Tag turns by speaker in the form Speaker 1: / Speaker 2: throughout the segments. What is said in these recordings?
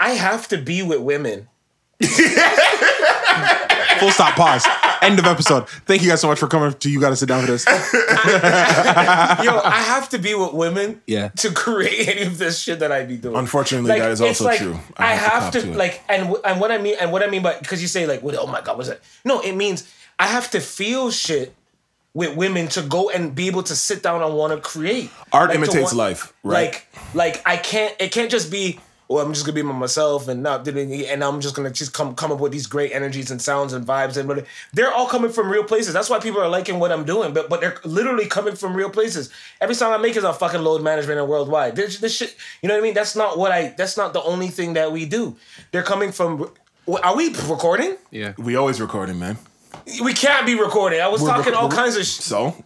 Speaker 1: have to be with women.
Speaker 2: Full stop. Pause. End of episode. Thank you guys so much for coming. To you got to sit down for this.
Speaker 1: Yo, I have to be with women
Speaker 2: Yeah.
Speaker 1: to create any of this shit that I be doing.
Speaker 3: Unfortunately,
Speaker 1: Like,
Speaker 3: that is
Speaker 1: it's
Speaker 3: also
Speaker 1: like,
Speaker 3: true.
Speaker 1: I, have,
Speaker 3: cop
Speaker 1: to,
Speaker 3: it.
Speaker 1: like, and wh- and what I mean, and what I mean by because you say like, what, oh my god, was that? No, it means I have to feel shit with women to go and be able to sit down and want to create.
Speaker 3: Art
Speaker 1: Like, to
Speaker 3: imitates
Speaker 1: want-
Speaker 3: life, right?
Speaker 1: Like, like I can't. It can't just be. Well, I'm just gonna be by myself and not doing, and I'm just gonna just come come up with these great energies and sounds and vibes and what they're all coming from real places. That's why people are liking what I'm doing, but but they're literally coming from real places. Every song I make is on fucking load management and worldwide. This, this shit, you know what I mean? That's not what I. That's not the only thing that we do. They're coming from. Are we recording?
Speaker 2: Yeah.
Speaker 3: we always recording, man.
Speaker 1: We can't be recording. I was talking
Speaker 3: rec-
Speaker 1: all
Speaker 3: we're-
Speaker 1: kinds of. Sh-
Speaker 3: So,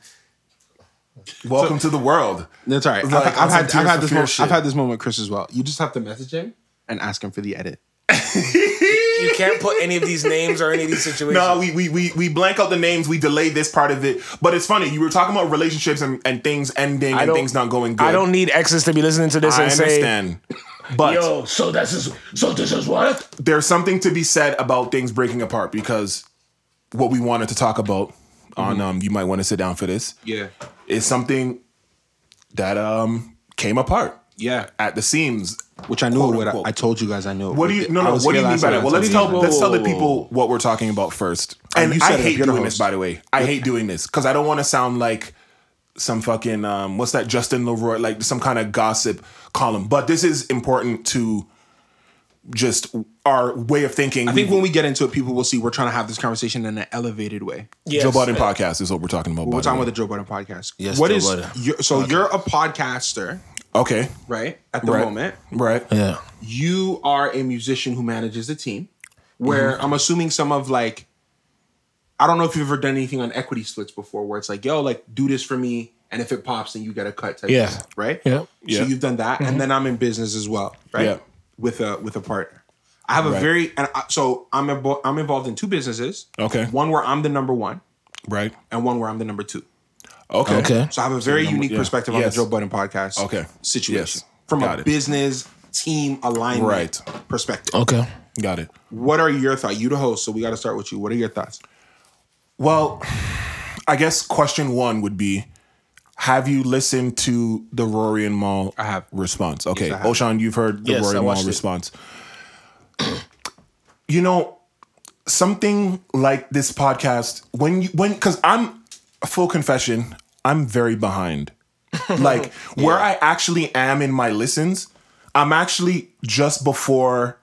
Speaker 3: welcome to the world.
Speaker 2: That's all right. I've-
Speaker 3: Like,
Speaker 2: I've,
Speaker 3: on some
Speaker 2: had, I've,
Speaker 3: Tears
Speaker 2: had
Speaker 3: for
Speaker 2: this
Speaker 3: Fears
Speaker 2: moment,
Speaker 3: shit.
Speaker 2: I've had this moment with Chris as well. You just have to message him and ask him for the edit.
Speaker 1: you can't put any of these names or any of these situations.
Speaker 3: No, Uh, we, we we we blank out the names. We delayed this part of it, but it's funny. You were talking about relationships and, and things ending and
Speaker 1: don't-
Speaker 3: things not going good.
Speaker 1: I don't need exes to be listening to this
Speaker 3: I
Speaker 1: and say.
Speaker 3: understand, but
Speaker 1: Yo, so this is so this is what?
Speaker 3: there's something to be said about things breaking apart because what we wanted to talk about
Speaker 2: Mm-hmm.
Speaker 3: on um, you might want to sit down for this
Speaker 2: Yeah.
Speaker 3: is something that um came apart
Speaker 2: Yeah.
Speaker 3: at the seams.
Speaker 2: Which I knew it would. I,
Speaker 3: unquote.
Speaker 2: I told you guys I knew it
Speaker 3: What
Speaker 2: would.
Speaker 3: do you no
Speaker 2: I
Speaker 3: no?
Speaker 2: was
Speaker 3: What do you
Speaker 2: here
Speaker 3: mean
Speaker 2: last
Speaker 3: by
Speaker 2: night.
Speaker 3: that? Well, let me
Speaker 2: I
Speaker 3: tell
Speaker 2: told you.
Speaker 3: let's tell the people what we're talking about first. And
Speaker 2: you said
Speaker 3: I
Speaker 2: it,
Speaker 3: hate
Speaker 2: you're
Speaker 3: doing
Speaker 2: the
Speaker 3: this,
Speaker 2: host.
Speaker 3: by the way. I hate doing this because I don't want to sound like some fucking um what's that Justin Leroy like some kind of gossip column. But this is important to just our way of thinking.
Speaker 2: I think when we get into it, people will see we're trying to have this conversation in an elevated way.
Speaker 1: Yes.
Speaker 3: Joe Budden podcast is what we're talking about. by
Speaker 2: We're
Speaker 3: the
Speaker 2: talking
Speaker 3: way.
Speaker 2: about the Joe Budden podcast.
Speaker 4: Yes,
Speaker 2: What
Speaker 4: Joe
Speaker 2: is
Speaker 4: Budden.
Speaker 2: your- so you're a podcaster,
Speaker 3: Okay.
Speaker 2: right? At the
Speaker 3: Right.
Speaker 2: moment,
Speaker 3: Right.
Speaker 4: Yeah.
Speaker 2: you are a musician who manages a team. Where
Speaker 3: Mm-hmm.
Speaker 2: I'm assuming some of like, I don't know if you've ever done anything on equity splits before, where it's like, yo, like do this for me, and if it pops, then you get a cut. Type
Speaker 4: Yeah.
Speaker 2: of stuff, right.
Speaker 4: Yeah.
Speaker 3: Yeah. Mm-hmm.
Speaker 2: So you've done that, and then I'm in business as well, right?
Speaker 3: Yeah.
Speaker 2: With a with a partner. I have a very and I, so I'm invo- I'm involved in two businesses.
Speaker 3: Okay.
Speaker 2: One where I'm the number one,
Speaker 3: Right.
Speaker 2: and one where I'm the number two.
Speaker 3: Okay.
Speaker 4: Okay.
Speaker 2: So I have a very unique
Speaker 3: yeah.
Speaker 2: perspective on
Speaker 3: Yes.
Speaker 2: the Joe Budden podcast.
Speaker 3: Okay.
Speaker 2: Situation
Speaker 3: Yes.
Speaker 2: from
Speaker 3: Got
Speaker 2: a
Speaker 3: it.
Speaker 2: business team alignment
Speaker 3: Right.
Speaker 2: perspective.
Speaker 4: Okay.
Speaker 3: Got it.
Speaker 2: What are your thoughts? You the host, so we got to start with you. What are your thoughts?
Speaker 3: Well, I guess question one would be Have you listened to the Rory and Maul
Speaker 2: I have.
Speaker 3: response? Okay.
Speaker 2: I have.
Speaker 3: Oshan, you've heard the
Speaker 4: Yes,
Speaker 3: Rory
Speaker 4: I
Speaker 3: and Maul
Speaker 4: watched it.
Speaker 3: response. you know, something like this podcast, when you, when, because I'm, full confession, I'm very behind. like where I actually am in my listens, I'm actually just before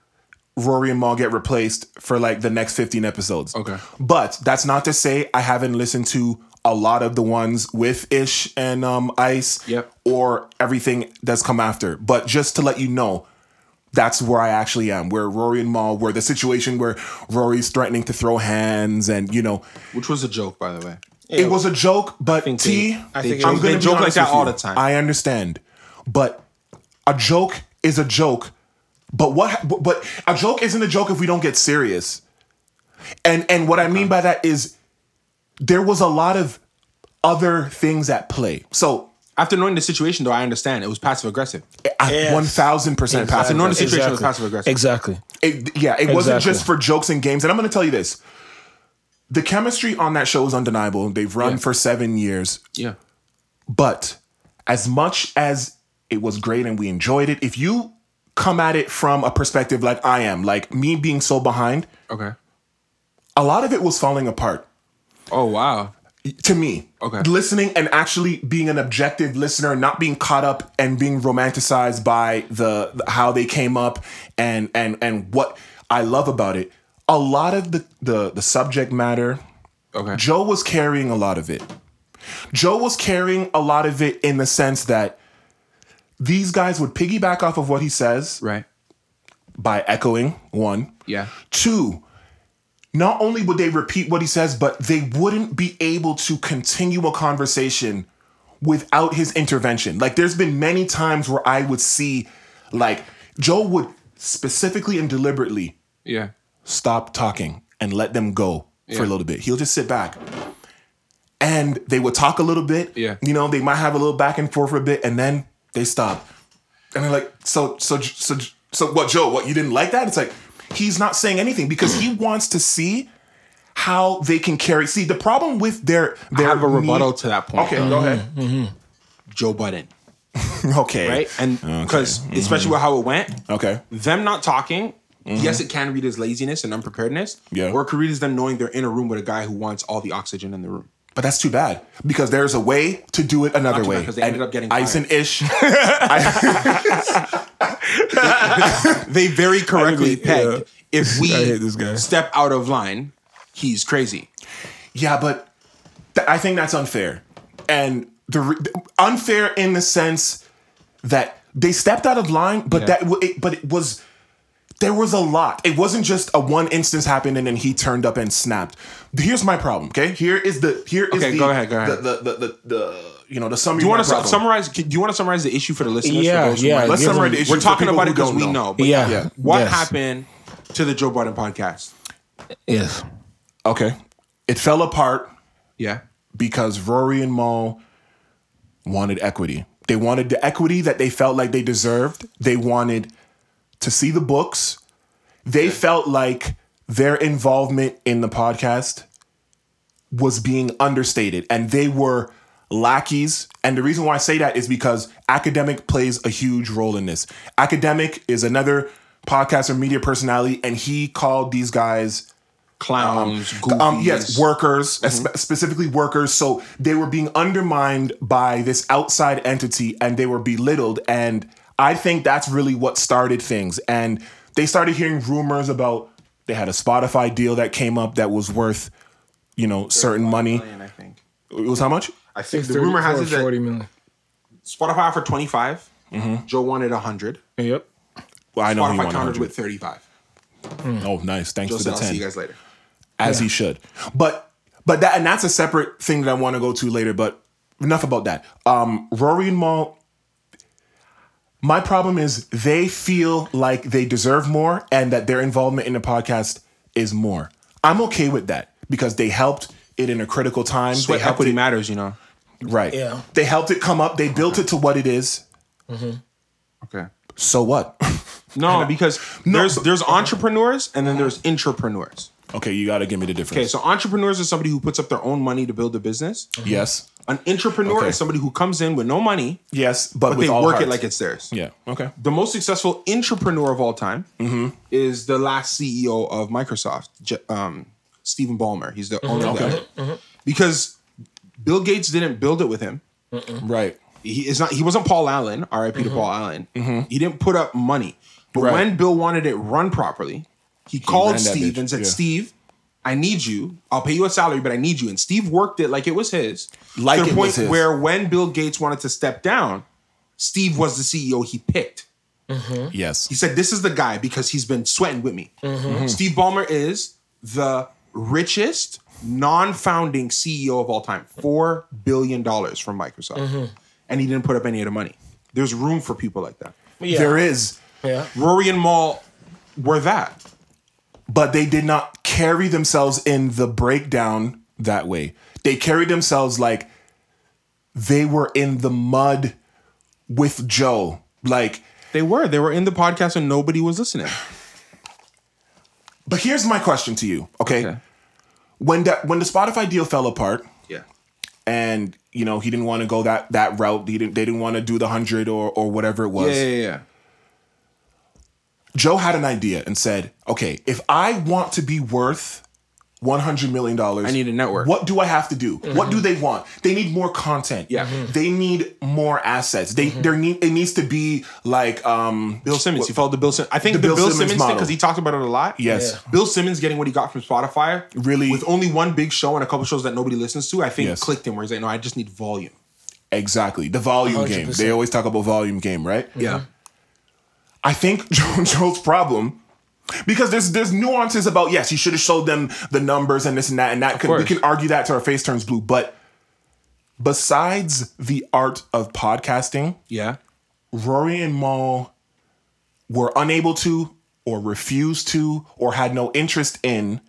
Speaker 3: Rory and Maul get replaced for like the next 15 episodes.
Speaker 2: Okay.
Speaker 3: But that's not to say I haven't listened to a lot of the ones with Ish and um, Ice
Speaker 2: Yep.
Speaker 3: or everything that's come after. But just to let you know, that's where I actually am. Where Rory and Maul, where the situation where Rory's threatening to throw hands and, you know,
Speaker 2: Which was a joke, by the way.
Speaker 3: it was a joke, but
Speaker 2: think
Speaker 3: T,
Speaker 2: they- I
Speaker 1: think it
Speaker 3: I'm
Speaker 1: was-
Speaker 3: gonna
Speaker 2: they
Speaker 3: be
Speaker 2: joke like
Speaker 3: honest
Speaker 2: that
Speaker 3: with
Speaker 2: all
Speaker 3: you.
Speaker 2: the time.
Speaker 3: I understand, but a joke is a joke. But what? ha- But, but a joke isn't a joke if we don't get serious. And and what I mean by that is there was a lot of other things at play. So
Speaker 2: After knowing the situation, though, I understand it was passive aggressive.
Speaker 1: Yes.
Speaker 3: one thousand percent
Speaker 1: Exactly.
Speaker 3: passive.
Speaker 2: Knowing the situation was
Speaker 1: Exactly.
Speaker 2: passive aggressive.
Speaker 1: Exactly.
Speaker 3: It, yeah, it wasn't
Speaker 1: Exactly.
Speaker 3: just for jokes and games. And I'm going to tell you this: the chemistry on that show is undeniable. They've run
Speaker 2: Yeah.
Speaker 3: for seven years.
Speaker 2: Yeah.
Speaker 3: But as much as it was great and we enjoyed it, if you come at it from a perspective like I am, like me being so behind,
Speaker 2: Okay.
Speaker 3: a lot of it was falling apart
Speaker 2: Oh wow.
Speaker 3: to me.
Speaker 2: Okay.
Speaker 3: Listening and actually being an objective listener, not being caught up and being romanticized by the, the- how they came up and and and what I love about it. A lot of the the, the subject matter,
Speaker 2: Okay.
Speaker 3: Joe was carrying a lot of it. Joe was carrying a lot of it in the sense that these guys would piggyback off of what he says
Speaker 2: right.
Speaker 3: by echoing one.
Speaker 2: Yeah.
Speaker 3: Two, not only would they repeat what he says, but they wouldn't be able to continue a conversation without his intervention. Like, there's been many times where I would see, like, Joe would specifically and deliberately
Speaker 2: Yeah.
Speaker 3: stop talking and let them go for a little bit. He'll just sit back. And they would talk a little bit.
Speaker 2: Yeah.
Speaker 3: You know, they might have a little back and forth for a bit and then they stop. And they're like, so, so, so, so, So what, Joe? What you didn't like that? It's like he's not saying anything because he wants to see how they can carry. See, the problem with their their
Speaker 2: I have a
Speaker 3: need-
Speaker 2: rebuttal to that point.
Speaker 3: Okay,
Speaker 2: though.
Speaker 3: go ahead.
Speaker 2: Joe Budden,
Speaker 3: Okay, Mm-hmm.
Speaker 2: Mm-hmm. right? And because especially with how it went,
Speaker 3: Okay,
Speaker 2: them not talking. Yes, it can read as laziness and unpreparedness.
Speaker 3: Mm-hmm. Yeah.
Speaker 2: Or it could read as them knowing they're in a room with a guy who wants all the oxygen in the room.
Speaker 3: but that's too bad because there's a way to do it another
Speaker 2: too bad,
Speaker 3: way.
Speaker 2: 'cause they ended up getting
Speaker 3: ice
Speaker 2: fired.
Speaker 3: and ish. I-
Speaker 2: They very correctly
Speaker 3: agree, yeah.
Speaker 2: pegged if we
Speaker 3: I hate this guy.
Speaker 2: step out of line, he's crazy.
Speaker 3: yeah, but th- I think that's unfair, and the re- unfair in the sense that they stepped out of line, but that w- it, but it was there was a lot. It wasn't just a one instance happened and then he turned up and snapped. Here's my problem. Okay, here is the here is
Speaker 2: Okay,
Speaker 3: the,
Speaker 2: go ahead, go ahead.
Speaker 3: The, the, the, the, the you know the summary.
Speaker 2: Do you
Speaker 3: want
Speaker 2: want to summarize? Do you want to summarize the issue for the listeners? for
Speaker 1: Yeah,
Speaker 2: those who
Speaker 1: yeah.
Speaker 2: might-
Speaker 3: Let's
Speaker 1: Give
Speaker 3: summarize
Speaker 1: them-
Speaker 3: the issue.
Speaker 2: We're
Speaker 3: for
Speaker 2: talking
Speaker 3: people
Speaker 2: about
Speaker 3: who
Speaker 2: it because
Speaker 3: don't
Speaker 2: we know. but
Speaker 1: Yeah.
Speaker 3: yeah.
Speaker 2: What
Speaker 1: Yes.
Speaker 2: happened to the Joe Biden podcast?
Speaker 1: Yes.
Speaker 3: Okay, it fell apart Um,
Speaker 2: Yeah.
Speaker 3: because Rory and Mo wanted equity. They wanted the equity that they felt like they deserved. They wanted to see the books. They felt like their involvement in the podcast was being understated and they were lackeys. And the reason why I say that is because academic plays a huge role in this. Academic is another podcast or media personality, and he called these guys
Speaker 2: Clowns, goofies.
Speaker 3: um, yes, workers, espe- specifically workers. So they were being undermined by this outside entity and they were belittled. And I think that's really what started things. And they started hearing rumors about they had a Spotify deal that came up that was worth, you know, certain money.
Speaker 2: million, I think.
Speaker 3: It was how much?
Speaker 2: I think the rumor has it that
Speaker 1: forty million.
Speaker 2: Spotify offered 25. Joe wanted 100.
Speaker 1: Yep.
Speaker 3: Well, I Mm-hmm. know he
Speaker 2: Spotify
Speaker 3: won
Speaker 2: countered
Speaker 3: 100.
Speaker 2: with 35.
Speaker 3: oh, nice. Thanks
Speaker 2: Joe
Speaker 3: to the
Speaker 2: said, I'll
Speaker 3: 10.
Speaker 2: see you guys later.
Speaker 3: as he should. But but that and that's a separate thing that I want to go to later. But enough about that. Um, Rory and Maul. My problem is they feel like they deserve more and that their involvement in the podcast is more. I'm okay with that because they helped it in a critical time.
Speaker 2: But
Speaker 3: they helped
Speaker 2: equity
Speaker 3: it,
Speaker 2: matters, you know.
Speaker 3: right.
Speaker 1: Yeah.
Speaker 3: They helped it come up. They built it to what it is.
Speaker 2: Okay.
Speaker 3: So what?
Speaker 2: No, because there's there's entrepreneurs and then there's intrapreneurs.
Speaker 3: okay, you got to give me the difference.
Speaker 2: Okay, so entrepreneurs is somebody who puts up their own money to build a business.
Speaker 3: yes.
Speaker 2: An intrapreneur
Speaker 3: Okay.
Speaker 2: is somebody who comes in with no money,
Speaker 3: Yes, but,
Speaker 2: but
Speaker 3: with
Speaker 2: they
Speaker 3: all
Speaker 2: work it
Speaker 3: hearts.
Speaker 2: like it's theirs.
Speaker 3: yeah. Okay.
Speaker 2: The most successful intrapreneur of all time
Speaker 3: Mm-hmm.
Speaker 2: is the last CEO of Microsoft, J- um, Stephen Ballmer. He's the owner of
Speaker 3: Mm-hmm. Okay.
Speaker 2: that. Because Bill Gates didn't build it with him.
Speaker 3: Right.
Speaker 2: he is not he wasn't Paul Allen, RIP to Paul Allen. He didn't put up money. But
Speaker 3: Mm-hmm. Right.
Speaker 2: when Bill wanted it run properly, he
Speaker 3: ran
Speaker 2: called
Speaker 3: that
Speaker 2: Steve
Speaker 3: bitch,
Speaker 2: and said,
Speaker 3: yeah.
Speaker 2: Steve, I need you. I'll pay you a salary, but I need you. And Steve worked it like it was his.
Speaker 3: Like
Speaker 2: to the
Speaker 3: it
Speaker 2: point
Speaker 3: was his.
Speaker 2: where when Bill Gates wanted to step down, Steve was the CEO he picked.
Speaker 3: Yes.
Speaker 2: He said, This is the guy because he's been sweating with me. Steve Ballmer is the richest non founding CEO of all time. $4 billion from Microsoft. And he didn't put up any of the money. There's room for people like that.
Speaker 1: Yeah.
Speaker 3: There is
Speaker 1: Yeah.
Speaker 2: Rory and Maul were that.
Speaker 3: but they did not carry themselves in the breakdown that way. They carried themselves like they were in the mud with Joe. Like,
Speaker 2: They were. They were in the podcast and nobody was listening.
Speaker 3: but here's my question to you, okay?
Speaker 2: Okay.
Speaker 3: When that when the Spotify deal fell apart,
Speaker 2: Yeah.
Speaker 3: and you know he didn't want to go that that route, he didn't they didn't want to do the hundred or or whatever it
Speaker 2: Yeah,
Speaker 3: was.
Speaker 2: yeah, yeah.
Speaker 3: Joe had an idea and said, "Okay, if I want to be worth." One hundred million dollars. I
Speaker 2: need a network.
Speaker 3: What do I have to do? What do they want? They need more content.
Speaker 2: Yeah. Mhm.
Speaker 3: They need more assets. They there need it needs to be like um
Speaker 2: Bill Simmons. You followed the Bill Simmons. I think the,
Speaker 3: Bill
Speaker 2: Bill,
Speaker 3: Simmons
Speaker 2: Simmons, thing,
Speaker 3: model.
Speaker 2: because he talked about it a lot.
Speaker 3: Yes.
Speaker 1: Yeah.
Speaker 2: Bill Simmons getting what he got from Spotify,
Speaker 3: Really-
Speaker 2: with only one big show and a couple shows that nobody listens to, I think
Speaker 3: Yes.
Speaker 2: clicked him where he's like, no, I just need volume.
Speaker 3: exactly the volume game.
Speaker 1: 100%.
Speaker 3: They always talk about volume game, right?
Speaker 2: Yeah.
Speaker 3: I think Joe, Joe's problem because there's there's nuances about yes, you should have showed them the numbers and this and that and that. Could, we
Speaker 2: course.
Speaker 3: can argue that till our face turns blue, but besides the art of podcasting,
Speaker 2: Yeah.
Speaker 3: Rory and Maul were unable to or refused to or had no interest in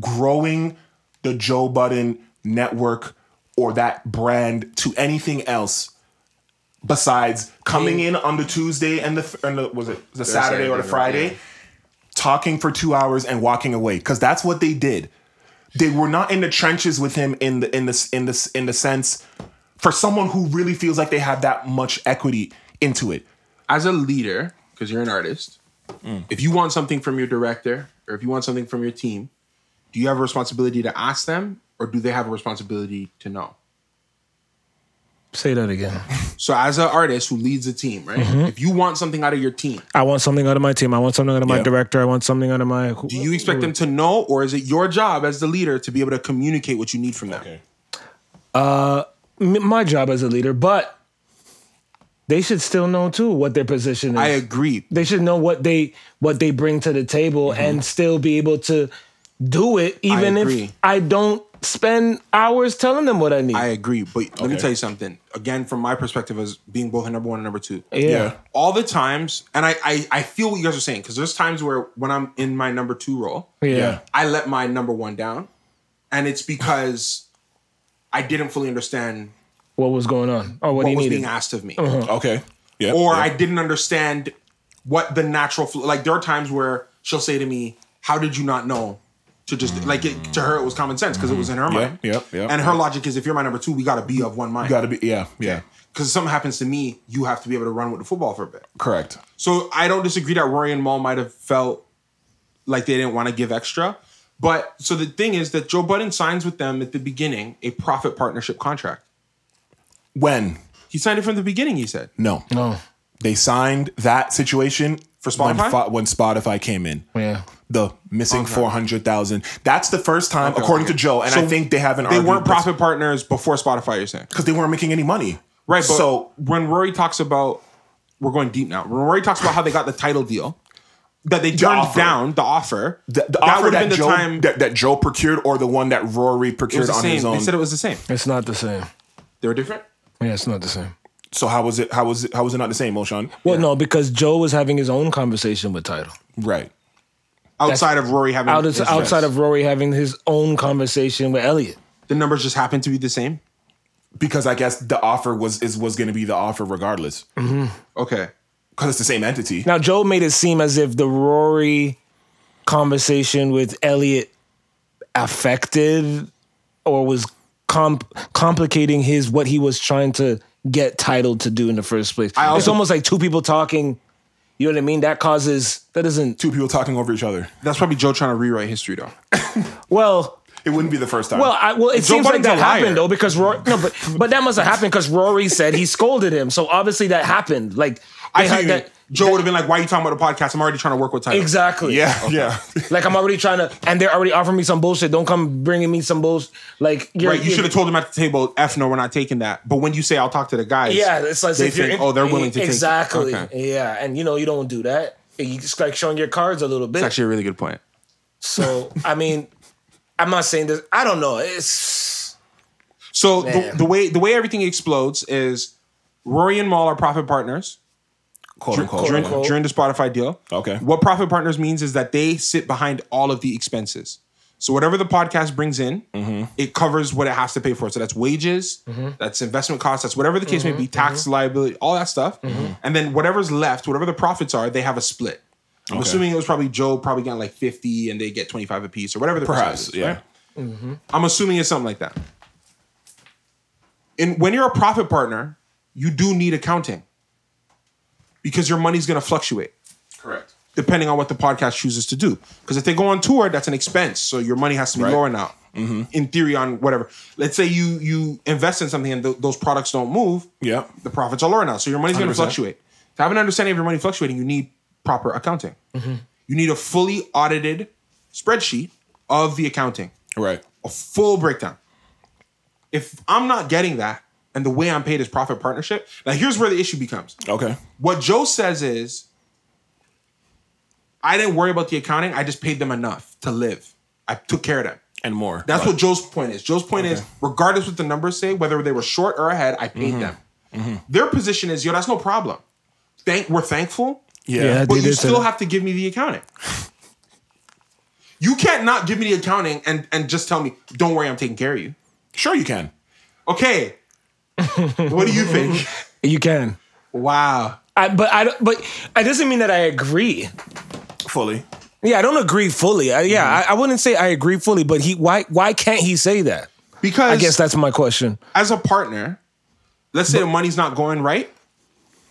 Speaker 3: growing the Joe Budden network or that brand to anything else besides coming in on the Tuesday and the, th- and the was it the Saturday or the
Speaker 2: Saturday,
Speaker 3: Friday,
Speaker 2: yeah.
Speaker 3: talking for two hours and walking away because that's what they did. They were not in the trenches with him in the in this in this in the sense for someone who really feels like they have that much equity into it.
Speaker 2: as a leader, because you're an artist, if you want something from your director or if you want something from your team, do you have a responsibility to ask them or do they have a responsibility to know?
Speaker 1: Say that again.
Speaker 2: So, as an artist who leads a team, right? If you want something out of your team,
Speaker 1: I want something out of my team. I want something out of my
Speaker 3: Yeah.
Speaker 1: director. I want something out of my.
Speaker 2: do you expect them to know or is it your job as the leader to be able to communicate what you need from them?
Speaker 1: M- my job as a leader, but they should still know too what their position is.
Speaker 2: I agree.
Speaker 1: they should know what they what they bring to the table
Speaker 2: Mm-hmm.
Speaker 1: and still be able to do it, even
Speaker 2: agree.
Speaker 1: if I don't spend hours telling them what I need.
Speaker 2: I agree. But let me
Speaker 3: Okay.
Speaker 2: tell you something. Again, from my perspective as being both a number one and number two.
Speaker 1: yeah.
Speaker 2: all the times, and I I, I feel what you guys are saying because there's times where when I'm in my number two role,
Speaker 1: yeah,
Speaker 3: Yeah.
Speaker 2: I let my number one down, and it's because I didn't fully understand
Speaker 1: What was going on or what,
Speaker 2: what
Speaker 1: he
Speaker 2: was
Speaker 1: needed? Uh-huh.
Speaker 2: being asked of me,
Speaker 3: Okay. Yeah.
Speaker 2: or
Speaker 3: yeah.
Speaker 2: I didn't understand what the natural fl- like. There are times where she'll say to me, "How did you not know?" To just like it, to her, it was common sense because it was in
Speaker 1: Mm-hmm.
Speaker 2: her mind.
Speaker 3: yeah, yeah.
Speaker 2: And her logic is, if you're my number two, we got to be of one mind.
Speaker 3: gotta be yeah yeah
Speaker 2: Because something happens to me, you have to be able to run with the football for a bit.
Speaker 3: correct.
Speaker 2: So I don't disagree that Rory and Maul might have felt like they didn't want to give extra. But so the thing is that Joe Budden signs with them at the beginning a profit partnership contract.
Speaker 3: When
Speaker 2: He signed it from the beginning, he said.
Speaker 3: no
Speaker 1: No.
Speaker 3: they signed that situation for
Speaker 2: Spotify?
Speaker 3: when, Fo- when Spotify came in.
Speaker 1: Yeah.
Speaker 3: the missing 400,000. That's the first time, according to Joe, and I think they haven't
Speaker 2: They weren't profit partners before Spotify, you're saying.
Speaker 3: because they weren't making any money.
Speaker 2: Right.
Speaker 3: so,
Speaker 2: But so when Rory talks about, we're going deep now. When Rory talks about how they got the title deal, that they turned
Speaker 3: offer.
Speaker 2: down the offer,
Speaker 3: the, the
Speaker 2: that
Speaker 3: offer
Speaker 2: would
Speaker 3: that
Speaker 2: have been the
Speaker 3: Joe,
Speaker 2: time.
Speaker 3: that, that Joe procured or the one that Rory
Speaker 2: it was
Speaker 3: procured
Speaker 2: the
Speaker 3: on his
Speaker 2: same.
Speaker 3: own.
Speaker 2: They said it was the same.
Speaker 1: It's not the same.
Speaker 2: They were different?
Speaker 1: Yeah, it's not the same.
Speaker 3: so how was it how was it how was it not the same, Moshan?
Speaker 1: Well, no, because Joe was having his own conversation with Title.
Speaker 3: Right.
Speaker 2: Outside of Rory having
Speaker 1: Out of,
Speaker 2: his
Speaker 1: outside
Speaker 2: friends.
Speaker 1: of Rory having his own conversation with Elliot.
Speaker 2: the numbers just happened to be the same.
Speaker 3: Because I guess the offer was is was going to be the offer regardless
Speaker 2: Okay.
Speaker 3: because it's the same entity.
Speaker 1: Now, Joe made it seem as if the Rory conversation with Elliot affected or was comp- complicating his what he was trying to get titled to do in the first place. it's
Speaker 2: also-
Speaker 1: almost like two people talking. You know what I mean? That causes that doesn't
Speaker 3: Two people talking over each other.
Speaker 2: That's probably Joe trying to rewrite history, though.
Speaker 1: well.
Speaker 3: It wouldn't be the first time.
Speaker 1: Well, I, well, it
Speaker 2: Joe
Speaker 1: seems like
Speaker 2: Biden's a
Speaker 1: that
Speaker 2: liar.
Speaker 1: happened though because Rory, no, but but that must have happened because Rory said he scolded him. So obviously that happened. Like
Speaker 2: I
Speaker 1: they
Speaker 2: see
Speaker 1: had
Speaker 2: what you mean.
Speaker 1: that-
Speaker 2: Joe would have been like, "Why are you talking about the podcast? I'm already trying to work with Tyler."
Speaker 1: exactly.
Speaker 3: yeah, yeah.
Speaker 1: Like I'm already trying to, and they're already offering me some bullshit. Don't come bringing me some bullshit. Like you're,
Speaker 2: Right, you should have told him at the table, "F no, we're not taking that." But when you say, "I'll talk to the guys,"
Speaker 1: Yeah, it's like
Speaker 2: they
Speaker 1: if you're
Speaker 2: think,
Speaker 1: in-
Speaker 2: "Oh, they're willing to
Speaker 1: exactly.
Speaker 2: take it." Okay.
Speaker 1: Yeah, and you know you don't do that. You just like showing your cards a little bit.
Speaker 2: It's actually a really good point.
Speaker 1: so I mean, I'm not saying this. I don't know. It's
Speaker 2: So the,
Speaker 1: Man.
Speaker 2: the way the way everything explodes is Rory and Maul are profit partners
Speaker 3: Quote unquote.
Speaker 1: Quote,
Speaker 2: during,
Speaker 1: unquote.
Speaker 2: during the Spotify deal.
Speaker 3: Okay.
Speaker 2: What profit partners means is that they sit behind all of the expenses. So whatever the podcast brings in,
Speaker 3: Mm-hmm.
Speaker 2: it covers what it has to pay for. So that's wages,
Speaker 1: Mm-hmm.
Speaker 2: that's investment costs, that's whatever the case may be, tax liability, all that stuff.
Speaker 1: Mm-hmm.
Speaker 2: And then whatever's left, whatever the profits are, they have a split. I'm assuming it was probably Joe probably getting like 50 and they get 25 apiece or whatever the percentage
Speaker 3: Perhaps,
Speaker 2: is,
Speaker 3: yeah.
Speaker 2: right? I'm assuming it's something like that. And when you're a profit partner, you do need accounting because your money's going to fluctuate
Speaker 3: Correct.
Speaker 2: depending on what the podcast chooses to do. Because if they go on tour, that's an expense, so your money has to be
Speaker 3: Right.
Speaker 2: lower now. In theory, on whatever. Let's say you you invest in something and th- those products don't move,
Speaker 3: Yeah.
Speaker 2: the profits are lower now, so your money's going to
Speaker 3: 100%.
Speaker 2: fluctuate. To have an understanding of your money fluctuating, you need proper accounting. You need a fully audited spreadsheet of the accounting
Speaker 3: Right.
Speaker 2: a full breakdown. If I'm not getting that, and the way I'm paid is profit partnership, now here's where the issue becomes.
Speaker 3: Okay.
Speaker 2: What Joe says is, I didn't worry about the accounting. I just paid them enough to live. I took care of them.
Speaker 3: And more.
Speaker 2: That's
Speaker 3: Right.
Speaker 2: what Joe's point is. Joe's point is, regardless what the numbers say, whether they were short or ahead, I paid
Speaker 1: Mm-hmm.
Speaker 2: them. Their position is, yo, that's no problem. Thank, we're thankful,
Speaker 1: Yeah.
Speaker 2: but
Speaker 1: They
Speaker 2: you
Speaker 1: did say
Speaker 2: still
Speaker 1: that.
Speaker 2: have to give me the accounting. You can't not give me the accounting and, and just tell me, don't worry, I'm taking care of you.
Speaker 3: Sure, you can.
Speaker 2: Okay. what do you think?
Speaker 1: You can.
Speaker 2: Wow.
Speaker 1: I, but I don't- but it doesn't mean that I agree.
Speaker 3: fully.
Speaker 1: Yeah, I don't agree fully. I, yeah,
Speaker 2: Mm-hmm.
Speaker 1: I, I wouldn't say I agree fully, but he why why can't he say that?
Speaker 2: Because
Speaker 1: I guess that's my question.
Speaker 2: as a partner, let's say the money's not going right.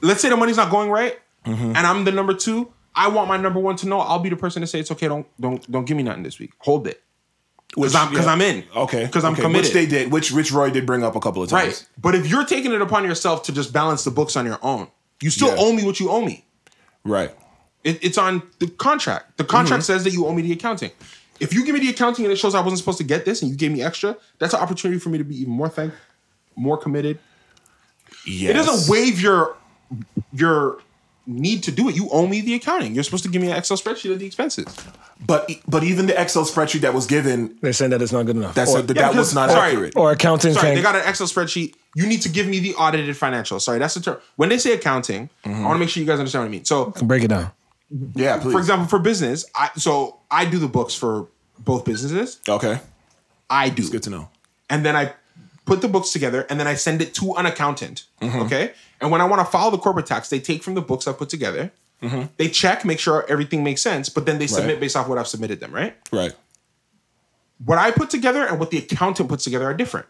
Speaker 2: Let's say the money's not going right,
Speaker 3: Mm-hmm.
Speaker 2: and I'm the number two. I want my number one to know. I'll be the person to say it's okay. Don't don't don't give me nothing this week. Hold it. Because I'm because
Speaker 3: yeah.
Speaker 2: I'm in.
Speaker 3: Okay.
Speaker 2: Because I'm
Speaker 3: okay.
Speaker 2: committed.
Speaker 3: Which they did, which Rich Roy did bring up a couple of times.
Speaker 2: right. But if you're taking it upon yourself to just balance the books on your own, you still
Speaker 3: Yeah.
Speaker 2: owe me what you owe me.
Speaker 3: Right.
Speaker 2: It, it's on the contract. The contract says that you owe me the accounting. If you give me the accounting and it shows I wasn't supposed to get this and you gave me extra, that's an opportunity for me to be even more thank, more committed,
Speaker 3: Yes.
Speaker 2: It doesn't waive your your need to do it. You owe me the accounting. You're supposed to give me an Excel spreadsheet of the expenses.
Speaker 3: But but even the Excel spreadsheet that was given,
Speaker 1: They're saying that it's not good enough.
Speaker 3: that's
Speaker 1: or,
Speaker 3: that
Speaker 2: yeah,
Speaker 3: was
Speaker 2: because-
Speaker 3: not
Speaker 2: sorry.
Speaker 3: accurate.
Speaker 1: or accountants
Speaker 2: Sorry,
Speaker 1: can
Speaker 2: they got an Excel spreadsheet. You need to give me the audited financials. Sorry, that's the term. When they say accounting, I want to make sure you guys understand what I mean. So,
Speaker 1: break it down.
Speaker 3: yeah, please.
Speaker 2: for example, for business, I so I do the books for both businesses.
Speaker 3: okay.
Speaker 2: I do.
Speaker 3: Good to know.
Speaker 2: and then I put the books together and then I send it to an accountant.
Speaker 3: Mm-hmm.
Speaker 2: Okay. And when I want to file the corporate tax, they take from the books I put together. They check, make sure everything makes sense, but then they submit
Speaker 3: Mm-hmm. Right.
Speaker 2: based off what I've submitted them, right?
Speaker 3: Right.
Speaker 2: What I put together and what the accountant puts together are different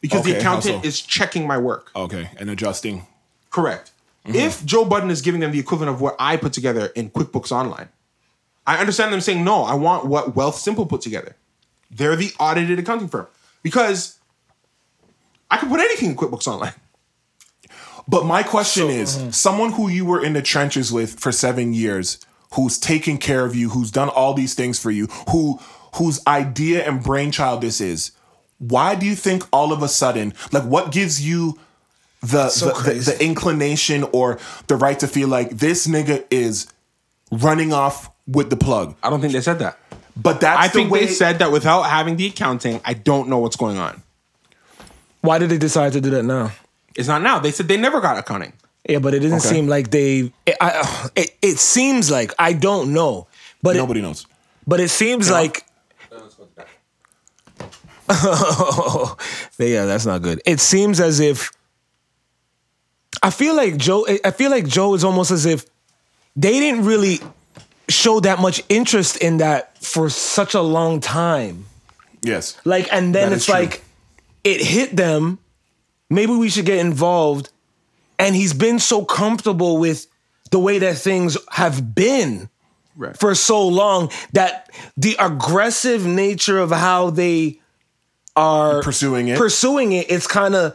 Speaker 2: because the
Speaker 3: Okay, how
Speaker 2: accountant
Speaker 3: so?
Speaker 2: is checking my work.
Speaker 3: Okay. And adjusting.
Speaker 2: Correct. If Joe Budden is giving them the equivalent of what I put together in QuickBooks Online, I understand them saying, no, I want what Wealth Simple put together. They're the audited accounting firm because I can put anything in QuickBooks Online.
Speaker 3: But my question is,
Speaker 1: mm.
Speaker 3: someone who you were in the trenches with for seven years, who's taken care of you, who's done all these things for you, who whose idea and brainchild this is, why do you think all of a sudden, like, what gives you the the, the,
Speaker 1: crazy.
Speaker 3: the inclination or the right to feel like this nigga is running off with the plug?
Speaker 2: I don't think they said that.
Speaker 3: But that's
Speaker 2: I
Speaker 3: the
Speaker 2: think
Speaker 3: way,
Speaker 2: they said that without having the accounting, I don't know what's going on.
Speaker 1: Why did they decide to do that now?
Speaker 2: It's not now. They said they never got accounting.
Speaker 1: Yeah, but it didn't
Speaker 3: Okay.
Speaker 1: seem like they. It, I, it, it seems like I don't know, but it,
Speaker 3: nobody knows.
Speaker 1: but it seems like yeah, that's not good. It seems as if I feel like Joe. I feel like Joe is almost as if they didn't really show that much interest in that for such a long time.
Speaker 3: Yes.
Speaker 1: Like, and then
Speaker 3: That
Speaker 1: it's
Speaker 3: is true.
Speaker 1: like it hit them. Maybe we should get involved. And he's been so comfortable with the way that things have been
Speaker 2: Right.
Speaker 1: for so long that the aggressive nature of how they are
Speaker 3: Pursuing it.
Speaker 1: pursuing it, it's kind of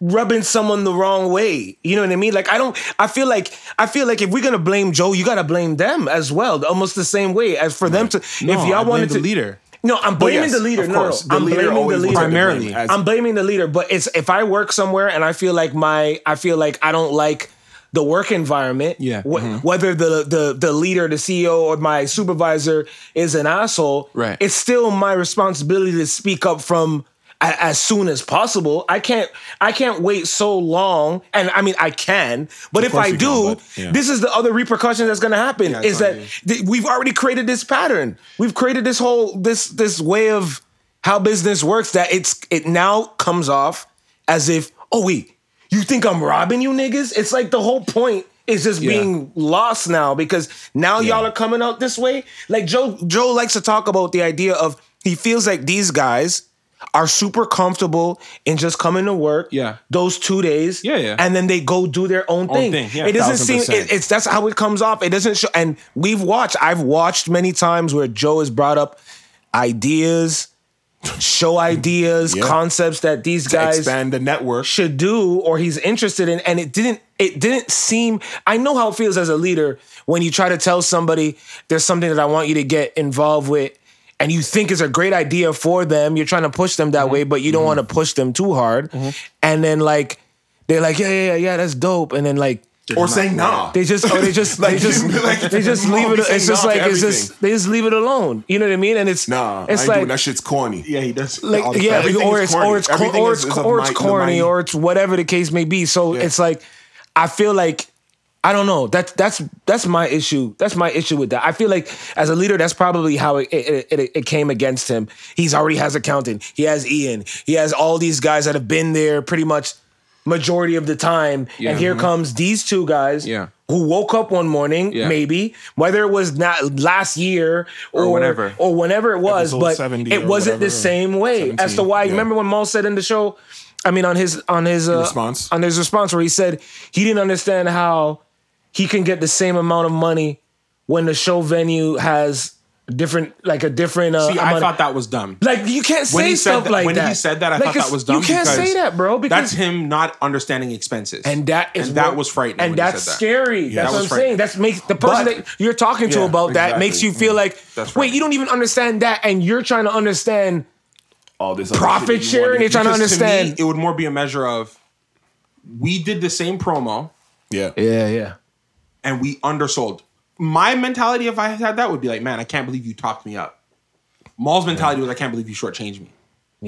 Speaker 1: rubbing someone the wrong way. You know what I mean? Like I don't I feel like I feel like if we're gonna blame Joe, you gotta blame them as well. Almost the same way as for them to if y'all
Speaker 2: I blame
Speaker 1: wanted
Speaker 2: Oh, the
Speaker 1: to
Speaker 2: leader.
Speaker 1: No, I'm blaming
Speaker 3: yes,
Speaker 1: the leader.
Speaker 3: of
Speaker 1: No, no,
Speaker 3: course. The
Speaker 1: I'm
Speaker 3: leader
Speaker 1: blaming the
Speaker 3: always
Speaker 1: leader.
Speaker 3: wants to
Speaker 2: Primarily.
Speaker 3: blame as-
Speaker 1: I'm blaming the leader, but it's if I work somewhere and I feel like my I feel like I don't like the work environment.
Speaker 2: Yeah.
Speaker 1: wh-
Speaker 3: Mm-hmm.
Speaker 1: Whether the the the leader, the CEO, or my supervisor is an asshole,
Speaker 2: Right.
Speaker 1: It's still my responsibility to speak up from a- as soon as possible. I can't I can't wait so long, and I mean I can, but if
Speaker 3: course
Speaker 1: I
Speaker 3: you
Speaker 1: do,
Speaker 3: can, but, yeah.
Speaker 1: this is the other repercussion that's going to happen
Speaker 2: it's
Speaker 1: is
Speaker 2: on
Speaker 1: that
Speaker 2: you.
Speaker 1: th- we've already created this pattern. We've created this whole this this way of how business works that it's it now comes off as if oh wait you think I'm robbing you niggas? It's like the whole point is just being lost now because now y'all are coming out this way. Like Joe Joe likes to talk about the idea of he feels like these guys are super comfortable in just coming to work
Speaker 2: Yeah.
Speaker 1: those two days
Speaker 2: Yeah, yeah.
Speaker 1: and then they go do their own thing,
Speaker 2: thing, yeah.
Speaker 1: it doesn't
Speaker 2: Thousand
Speaker 1: seem
Speaker 2: percent.
Speaker 1: it, it's that's how it comes off. It doesn't show. And we've watched. I've watched many times where Joe has brought up ideas, show ideas,
Speaker 3: Yeah.
Speaker 1: concepts that these guys
Speaker 3: Expand the network.
Speaker 1: should do or he's interested in and it didn't it didn't seem i know how it feels as a leader when you try to tell somebody there's something that i want you to get involved with and you think is a great idea for them you're trying to push them that
Speaker 2: Mm-hmm.
Speaker 1: way but you don't want to push them too hard and then like they're like yeah yeah yeah yeah that's dope and then like
Speaker 3: Or saying nah.
Speaker 1: they just oh they just
Speaker 3: Like,
Speaker 1: they just
Speaker 3: you- like,
Speaker 1: they just
Speaker 3: mom
Speaker 1: leave it
Speaker 3: be saying
Speaker 1: it's just
Speaker 3: nah to
Speaker 1: like it's just
Speaker 3: everything.
Speaker 1: they just leave it alone you know what i mean and it's
Speaker 3: nah, I
Speaker 1: it's
Speaker 3: ain't
Speaker 1: like
Speaker 3: doing that shit's corny.
Speaker 2: Yeah, he does. all
Speaker 1: like
Speaker 2: the
Speaker 1: yeah,
Speaker 3: Everything
Speaker 2: time.
Speaker 1: or
Speaker 3: is
Speaker 1: it's
Speaker 3: corny.
Speaker 1: or it's
Speaker 3: Everything
Speaker 1: or
Speaker 3: is-
Speaker 1: it's,
Speaker 3: is a
Speaker 1: or it's
Speaker 3: mi- the
Speaker 1: corny
Speaker 3: mind-
Speaker 1: or it's whatever the case may be. So it's like I feel like I don't know. That's that's that's my issue. That's my issue with that. I feel like as a leader, that's probably how it it, it, it came against him. He's already has accounting. He has Ian. He has all these guys that have been there pretty much majority of the time.
Speaker 2: Yeah.
Speaker 1: And
Speaker 3: mm-hmm.
Speaker 1: here comes these two guys
Speaker 2: Yeah.
Speaker 1: who woke up one morning,
Speaker 2: Yeah.
Speaker 1: maybe, whether it was not last year or,
Speaker 2: whenever.
Speaker 1: or whenever it was,
Speaker 3: Episode
Speaker 1: but
Speaker 3: 70
Speaker 1: it
Speaker 3: or
Speaker 1: wasn't the
Speaker 3: whatever.
Speaker 1: same way as to
Speaker 3: 17,
Speaker 1: why.
Speaker 3: yeah.
Speaker 1: Remember when Mo said in the show, I mean on his on his uh,
Speaker 3: response?
Speaker 1: on his response where he said he didn't understand how he can get the same amount of money when the show venue has different like a different. Uh,
Speaker 2: See, I
Speaker 1: amount of-
Speaker 2: thought that was dumb.
Speaker 1: like you can't say
Speaker 2: When he said
Speaker 1: stuff
Speaker 2: that-
Speaker 1: like
Speaker 2: when
Speaker 1: that.
Speaker 2: he said that, I
Speaker 1: Like,
Speaker 2: thought
Speaker 1: it's-
Speaker 2: that was dumb.
Speaker 1: You can't
Speaker 2: because
Speaker 1: say that, bro. Because
Speaker 2: that's him not understanding expenses.
Speaker 1: and that is
Speaker 2: And that
Speaker 1: what-
Speaker 2: was frightening
Speaker 1: and
Speaker 2: when he
Speaker 1: that's
Speaker 2: said that.
Speaker 1: scary.
Speaker 2: that
Speaker 1: that's what
Speaker 2: was
Speaker 1: I'm
Speaker 2: frightening.
Speaker 1: saying. That's makes the person
Speaker 3: But-
Speaker 1: that you're talking to
Speaker 3: Yeah,
Speaker 1: about that
Speaker 3: exactly.
Speaker 1: makes you feel like,
Speaker 2: Mm-hmm. That's
Speaker 1: wait,
Speaker 2: right.
Speaker 1: you don't even understand that, and you're trying to understand
Speaker 3: all this
Speaker 1: Profit sharing,
Speaker 3: It
Speaker 1: it's trying to
Speaker 2: Because to
Speaker 1: understand.
Speaker 2: me, it would more be a measure of we did the same promo
Speaker 3: yeah.
Speaker 1: Yeah, yeah.
Speaker 2: and we undersold. My mentality, if I had that, would be like, man, I can't believe you topped me up. Maul's mentality was, I can't believe you shortchanged me.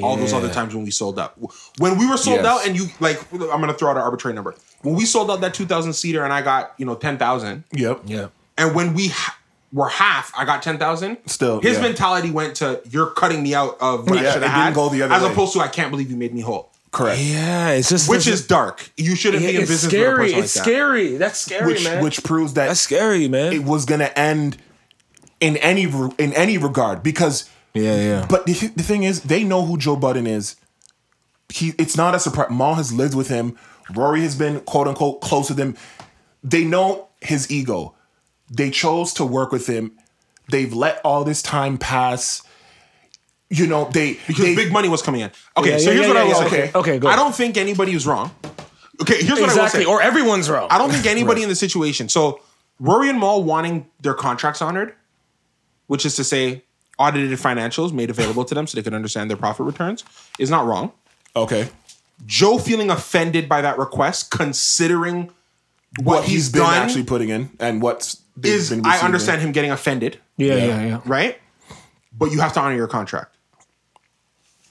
Speaker 2: All those other times when we sold out, when we were sold
Speaker 3: Yes.
Speaker 2: out, and you like, I'm gonna throw out an arbitrary number. When we sold out that 2,000 seater, and I got you know 10,000,
Speaker 3: Yep.
Speaker 1: Yeah.
Speaker 2: and when we ha- were half, I got ten thousand.
Speaker 3: Still,
Speaker 2: his
Speaker 3: yeah.
Speaker 2: mentality went to "You're cutting me out of what
Speaker 3: Yeah,
Speaker 2: I should
Speaker 3: it didn't
Speaker 2: have had,"
Speaker 3: go the other
Speaker 2: as
Speaker 3: way.
Speaker 2: opposed to "I can't believe you made me whole,"
Speaker 3: Correct.
Speaker 1: Yeah, it's just
Speaker 2: which is dark. You shouldn't be in
Speaker 1: it's
Speaker 2: business
Speaker 1: scary.
Speaker 2: with a person
Speaker 1: it's
Speaker 2: like
Speaker 1: scary. That's scary,
Speaker 3: Which
Speaker 1: man.
Speaker 3: which proves that
Speaker 1: that's scary, man.
Speaker 3: it was gonna end in any re- in any regard because
Speaker 1: yeah, yeah.
Speaker 3: but the, the thing is they know who Joe Budden is. He it's not a surprise. Maul has lived with him. Rory has been quote unquote close with him. They know his ego. They chose to work with him. They've let all this time pass. You know they
Speaker 2: that.
Speaker 3: they,
Speaker 2: Because big money was coming in. Okay,
Speaker 1: Yeah, yeah,
Speaker 2: so here's
Speaker 1: yeah,
Speaker 2: what I
Speaker 1: yeah,
Speaker 2: will
Speaker 1: yeah,
Speaker 2: say.
Speaker 1: okay, okay, go.
Speaker 2: I don't think anybody is wrong. Okay, here's what I
Speaker 1: exactly.
Speaker 2: will say.
Speaker 1: Or everyone's wrong.
Speaker 2: I don't think anybody in the situation. So Rory and Maul wanting their contracts honored, which is to say audited financials made available to them so they could understand their profit returns, is not wrong.
Speaker 3: okay
Speaker 2: Joe feeling offended by that request, considering what,
Speaker 3: what
Speaker 2: he's,
Speaker 3: he's been
Speaker 2: done,
Speaker 3: actually putting in and what's they've
Speaker 2: is
Speaker 3: been
Speaker 2: I
Speaker 3: receiving.
Speaker 2: understand him getting offended,
Speaker 1: Yeah, yeah,
Speaker 3: Yeah.
Speaker 1: yeah.
Speaker 2: right? But you have to honor your contract.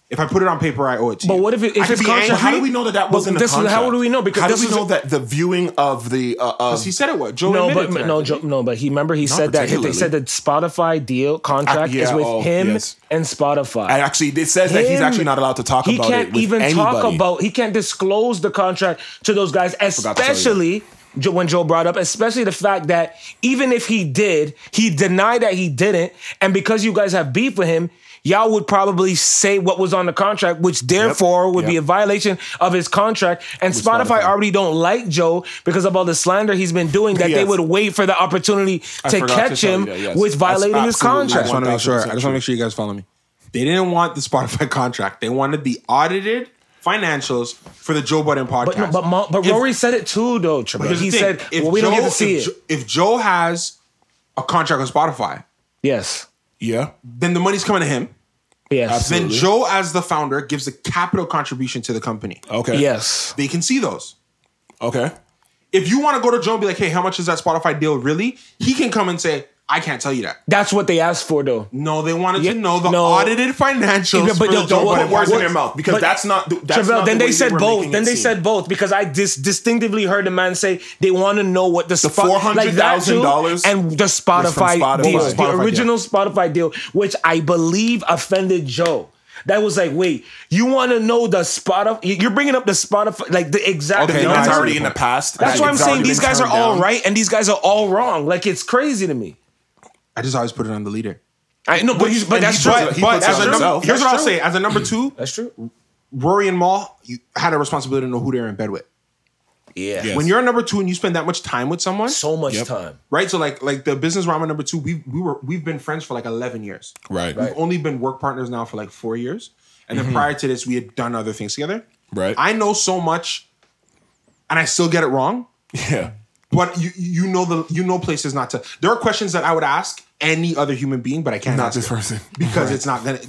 Speaker 2: If I put it on paper, I owe it to
Speaker 1: But
Speaker 2: you.
Speaker 1: what if, it,
Speaker 2: I
Speaker 1: if
Speaker 2: could
Speaker 1: it's
Speaker 2: be
Speaker 1: contract?
Speaker 2: angry.
Speaker 3: How do we know that that
Speaker 1: But
Speaker 3: wasn't
Speaker 1: this
Speaker 3: a
Speaker 1: is- how
Speaker 3: contract?
Speaker 1: do we know? Because
Speaker 3: how do
Speaker 1: this
Speaker 3: we
Speaker 1: is-
Speaker 3: know that the viewing of the uh, of
Speaker 2: he said it what Joe
Speaker 1: No,
Speaker 2: admitted
Speaker 1: but
Speaker 2: to
Speaker 1: no,
Speaker 2: that.
Speaker 1: Joe, no. But he remember he said that they
Speaker 3: particularly.
Speaker 1: said that Spotify deal contract
Speaker 3: Ah, yeah,
Speaker 1: is with
Speaker 3: oh,
Speaker 1: him
Speaker 3: yes.
Speaker 1: and Spotify.
Speaker 3: I actually it says that he's
Speaker 1: Him-
Speaker 3: actually not allowed to talk
Speaker 1: he
Speaker 3: about
Speaker 1: can't
Speaker 3: it with
Speaker 1: even talk
Speaker 3: anybody.
Speaker 1: about. He can't disclose the contract to those guys,
Speaker 3: to tell you.
Speaker 1: especially. Jo- When Joe brought up, especially the fact that even if he did, he denied that he didn't, and because you guys have beef with him, y'all would probably say what was on the contract, which therefore would be a
Speaker 3: Yep.
Speaker 1: violation of his contract. And Spotify,
Speaker 3: Spotify.
Speaker 1: already don't like Joe because of all the slander he's been doing. That they
Speaker 3: Yes.
Speaker 1: would wait for the opportunity to
Speaker 3: forgot to
Speaker 1: catch
Speaker 3: tell
Speaker 1: him
Speaker 3: you that, yes.
Speaker 1: with
Speaker 3: That's
Speaker 1: violating his
Speaker 3: absolutely
Speaker 2: I
Speaker 1: contract.
Speaker 2: just want to make sure. I just
Speaker 3: 1000%
Speaker 2: want to make sure you guys follow me. They didn't want the Spotify contract. They wanted the audited financials for the Joe Budden podcast.
Speaker 1: But, no, but, Mo- but
Speaker 2: If-
Speaker 1: Rory said it too, though. Trevor.
Speaker 2: Here's the
Speaker 1: He
Speaker 2: thing.
Speaker 1: said,
Speaker 2: If
Speaker 1: "Well, we don't
Speaker 2: Joe-
Speaker 1: get to see
Speaker 2: if
Speaker 1: it."
Speaker 2: Jo- If Joe has a contract with Spotify,
Speaker 1: yes,
Speaker 3: Yeah,
Speaker 2: then the money's coming to him.
Speaker 1: yes,
Speaker 3: Absolutely.
Speaker 2: Then Joe, as the founder, gives a capital contribution to the company.
Speaker 3: okay,
Speaker 1: yes.
Speaker 2: They can see those.
Speaker 3: okay,
Speaker 2: If you want to go to Joe and be like, "Hey, how much is that Spotify deal really?" He can come and say, "I can't tell you that."
Speaker 1: That's what they asked for, though.
Speaker 2: No, they wanted
Speaker 1: Yeah,
Speaker 2: to know the
Speaker 1: no.
Speaker 2: audited financials.
Speaker 1: Yeah, but
Speaker 2: for
Speaker 1: no,
Speaker 2: the Joe
Speaker 1: but what-
Speaker 2: Budden
Speaker 3: words
Speaker 2: podcast.
Speaker 3: in their mouth because
Speaker 1: but-
Speaker 3: that's not the, that's
Speaker 1: Travell,
Speaker 3: not
Speaker 1: then
Speaker 3: the
Speaker 1: they
Speaker 3: way
Speaker 1: said
Speaker 3: were
Speaker 1: both.
Speaker 3: making
Speaker 1: Then
Speaker 3: it
Speaker 1: they
Speaker 3: seem.
Speaker 1: said both because I dis- distinctively heard the man say they want to know what the, spot- like that too,
Speaker 3: $400,000
Speaker 1: and the Spotify,
Speaker 3: Spotify.
Speaker 1: deal,
Speaker 3: Both
Speaker 1: the
Speaker 2: Spotify
Speaker 1: original Spotify deal, which I believe offended Joe. That was like, wait, you want to know the Spotify? You're bringing up the Spotify, like the exact.
Speaker 2: Okay,
Speaker 3: You know,
Speaker 2: now I
Speaker 3: that's
Speaker 2: see
Speaker 1: number.
Speaker 3: already
Speaker 2: the
Speaker 3: in the
Speaker 2: point.
Speaker 3: past.
Speaker 1: That's
Speaker 3: That
Speaker 1: why I'm
Speaker 3: it's
Speaker 1: saying
Speaker 3: already
Speaker 1: these
Speaker 3: been
Speaker 1: guys are
Speaker 3: turned
Speaker 1: all
Speaker 3: down.
Speaker 1: right and these guys are all wrong. Like it's crazy to me.
Speaker 2: I just always put it on the leader.
Speaker 1: I know, but, he's, but
Speaker 3: and
Speaker 1: that's
Speaker 3: he
Speaker 1: true.
Speaker 3: does
Speaker 2: But,
Speaker 3: He
Speaker 2: but
Speaker 3: puts it
Speaker 2: as
Speaker 3: on
Speaker 2: a number,
Speaker 3: himself.
Speaker 2: here's
Speaker 1: That's
Speaker 2: what I'll
Speaker 1: true.
Speaker 2: say: as a number two,
Speaker 1: That's true.
Speaker 2: Rory and Maul you had a responsibility to know who they're in bed with.
Speaker 1: Yeah.
Speaker 3: Yeah.
Speaker 2: When you're a number two and you spend that much time with someone,
Speaker 1: So much
Speaker 3: Yep.
Speaker 1: time.
Speaker 2: right? So like like the business where I'm a number two, we we were we've been friends for like eleven years.
Speaker 3: Right,
Speaker 2: We've only been work partners now for like four years, and then prior to this, we had done other things together.
Speaker 3: Right.
Speaker 2: I know so much, and I still get it wrong.
Speaker 3: yeah,
Speaker 2: But you you know the you know places not to. There are questions that I would ask any other human being, but I can't
Speaker 3: not
Speaker 2: ask
Speaker 3: this
Speaker 2: it
Speaker 3: person.
Speaker 2: because it's not gonna.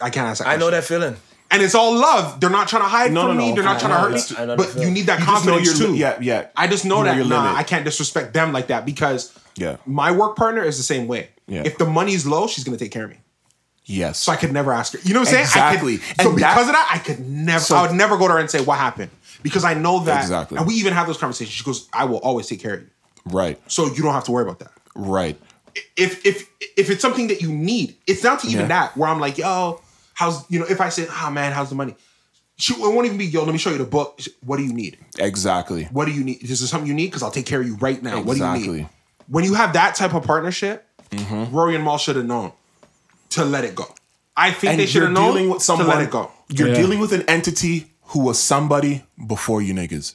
Speaker 2: I can't ask. That
Speaker 1: I
Speaker 2: question.
Speaker 1: know that feeling.
Speaker 2: and it's all love. They're not trying to hide
Speaker 3: No,
Speaker 2: from
Speaker 3: no,
Speaker 2: me.
Speaker 3: no.
Speaker 2: They're not
Speaker 3: I
Speaker 2: trying
Speaker 3: know,
Speaker 2: to
Speaker 1: it's- I
Speaker 2: hurt
Speaker 1: know the
Speaker 2: me. But you
Speaker 1: feeling.
Speaker 2: need that
Speaker 3: You just know
Speaker 2: confidence
Speaker 3: your
Speaker 2: too.
Speaker 3: li- yeah, yeah.
Speaker 2: I just know
Speaker 3: You know
Speaker 2: that.
Speaker 3: your
Speaker 2: nah,
Speaker 3: limit.
Speaker 2: I can't disrespect them like that because
Speaker 3: Yeah.
Speaker 2: my work partner is the same way.
Speaker 3: Yeah.
Speaker 2: If the money's low, she's gonna take care of me.
Speaker 3: Yes.
Speaker 2: So I could never ask her. You know what I'm saying?
Speaker 3: Exactly.
Speaker 2: I could, so
Speaker 3: And that-
Speaker 2: because of that, I could never.
Speaker 3: So-
Speaker 2: I would never go to her and say what happened because I know that.
Speaker 3: Exactly.
Speaker 2: And we even have those conversations. She goes, "I will always take care of you,
Speaker 3: right,
Speaker 2: so you don't have to worry about that."
Speaker 3: right.
Speaker 2: if if if it's something that you need, it's not to even
Speaker 3: Yeah.
Speaker 2: that where I'm like, yo, "Ah, how's you know, if I say, oh man, how's the money? She it won't even be yo. Let me show you the book. What do you need?
Speaker 3: Exactly.
Speaker 2: What do you need? This is something you need because I'll take care of you right now. What do you need?
Speaker 3: Exactly. Mm-hmm.
Speaker 2: When you have that type of partnership, Rory and Maul should have known to let it go. I think
Speaker 3: And
Speaker 2: they should
Speaker 3: you're
Speaker 2: have known
Speaker 3: dealing with someone.
Speaker 2: to let it go.
Speaker 3: You're
Speaker 1: Yeah.
Speaker 3: dealing with an entity who was somebody before you niggas.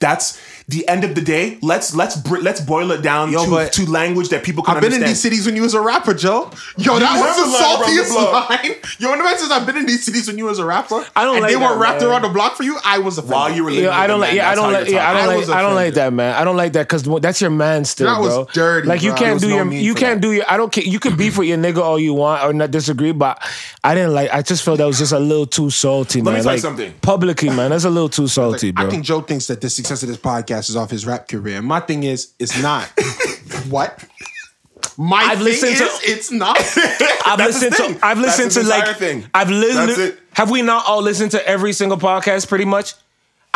Speaker 3: That's the end of the day. Let's let's br- let's boil it down
Speaker 2: Yo,
Speaker 3: to,
Speaker 2: but-
Speaker 3: to language that people can
Speaker 2: I've been in
Speaker 3: understand.
Speaker 2: these cities when you was a rapper, Joe. Yo, that
Speaker 3: You
Speaker 2: was
Speaker 3: never learned around the
Speaker 2: the
Speaker 3: block.
Speaker 2: saltiest line. Yo, when the man says I've been in these cities when you was a rapper,
Speaker 1: I don't
Speaker 2: and
Speaker 1: like
Speaker 2: they weren't
Speaker 1: that,
Speaker 2: wrapped
Speaker 1: man.
Speaker 2: around the block for you. I was offended.
Speaker 3: While you were living
Speaker 1: Yeah, I
Speaker 3: with
Speaker 1: don't
Speaker 3: a
Speaker 1: like.
Speaker 3: man,
Speaker 1: Yeah, I
Speaker 3: that's
Speaker 1: don't
Speaker 3: how
Speaker 1: like.
Speaker 3: you're
Speaker 1: Yeah, I
Speaker 3: talking.
Speaker 1: don't
Speaker 2: I
Speaker 1: like.
Speaker 2: was
Speaker 1: I don't like
Speaker 2: offended.
Speaker 1: that, man. I don't like that because that's your man still,
Speaker 2: That was
Speaker 1: bro.
Speaker 2: dirty,
Speaker 1: Like you
Speaker 2: bro. There
Speaker 1: can't
Speaker 2: was
Speaker 1: do
Speaker 2: no
Speaker 1: your.
Speaker 2: need
Speaker 1: You
Speaker 2: for
Speaker 1: can't
Speaker 2: that.
Speaker 1: do your. I don't care. You could beef with your nigga all you want or not disagree, but I didn't like. I just felt that was just a little too salty, man.
Speaker 3: me tell you
Speaker 1: Like,
Speaker 3: something.
Speaker 1: Publicly, man, that's a little too salty,
Speaker 2: I
Speaker 1: bro.
Speaker 2: think Joe thinks that the success of this podcast is off his rap career. And my thing is, it's not. what? My
Speaker 1: I've
Speaker 2: thing
Speaker 1: listened
Speaker 2: is,
Speaker 1: to-
Speaker 2: it's not.
Speaker 1: I've
Speaker 3: That's
Speaker 1: listened
Speaker 3: his
Speaker 1: to.
Speaker 3: thing.
Speaker 1: I've listened
Speaker 3: That's his
Speaker 1: to like.
Speaker 3: entire thing.
Speaker 1: I've
Speaker 3: That's
Speaker 1: listened.
Speaker 3: it.
Speaker 1: Have we not all listened to every single podcast? Pretty much.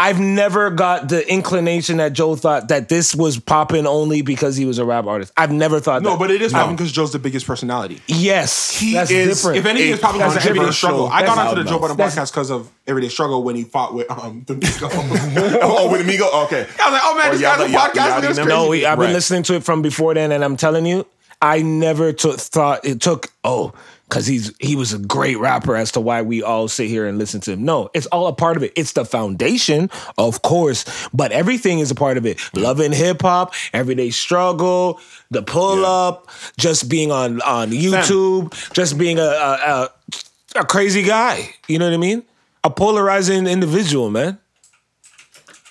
Speaker 1: I've never got the inclination that Joe thought that this was popping only because he was a rap artist. I've never thought that.
Speaker 2: no, but it is popping because Joe's the biggest personality.
Speaker 1: yes,
Speaker 3: He
Speaker 1: that's
Speaker 3: is-
Speaker 1: different.
Speaker 2: If anything,
Speaker 3: A
Speaker 2: it's probably because of everyday
Speaker 3: controversial-
Speaker 2: struggle. I got
Speaker 3: that's
Speaker 2: onto the Joe
Speaker 3: loudmouth.
Speaker 2: Budden podcast because of everyday struggle when he fought with um D'Amico. I
Speaker 3: oh, with Amigo. Okay.
Speaker 2: was like, oh man,
Speaker 3: Or
Speaker 2: this
Speaker 3: y'all-
Speaker 2: guy's a
Speaker 3: y'all-
Speaker 2: podcast.
Speaker 3: y'all
Speaker 2: nigga, that's
Speaker 3: didn't
Speaker 2: crazy.
Speaker 3: know?
Speaker 1: No, we, I've
Speaker 3: Right.
Speaker 1: been listening to it from before then, and I'm telling you, I never took thought it took. Oh, because he's he was a great rapper as to why we all sit here and listen to him. No, it's all a part of it. It's the foundation, of course, but everything is a part of it. Loving hip hop, everyday struggle, the pull
Speaker 3: Yeah.
Speaker 1: up, just being on on YouTube, just being a a, a a crazy guy. You know what I mean? A polarizing individual, man.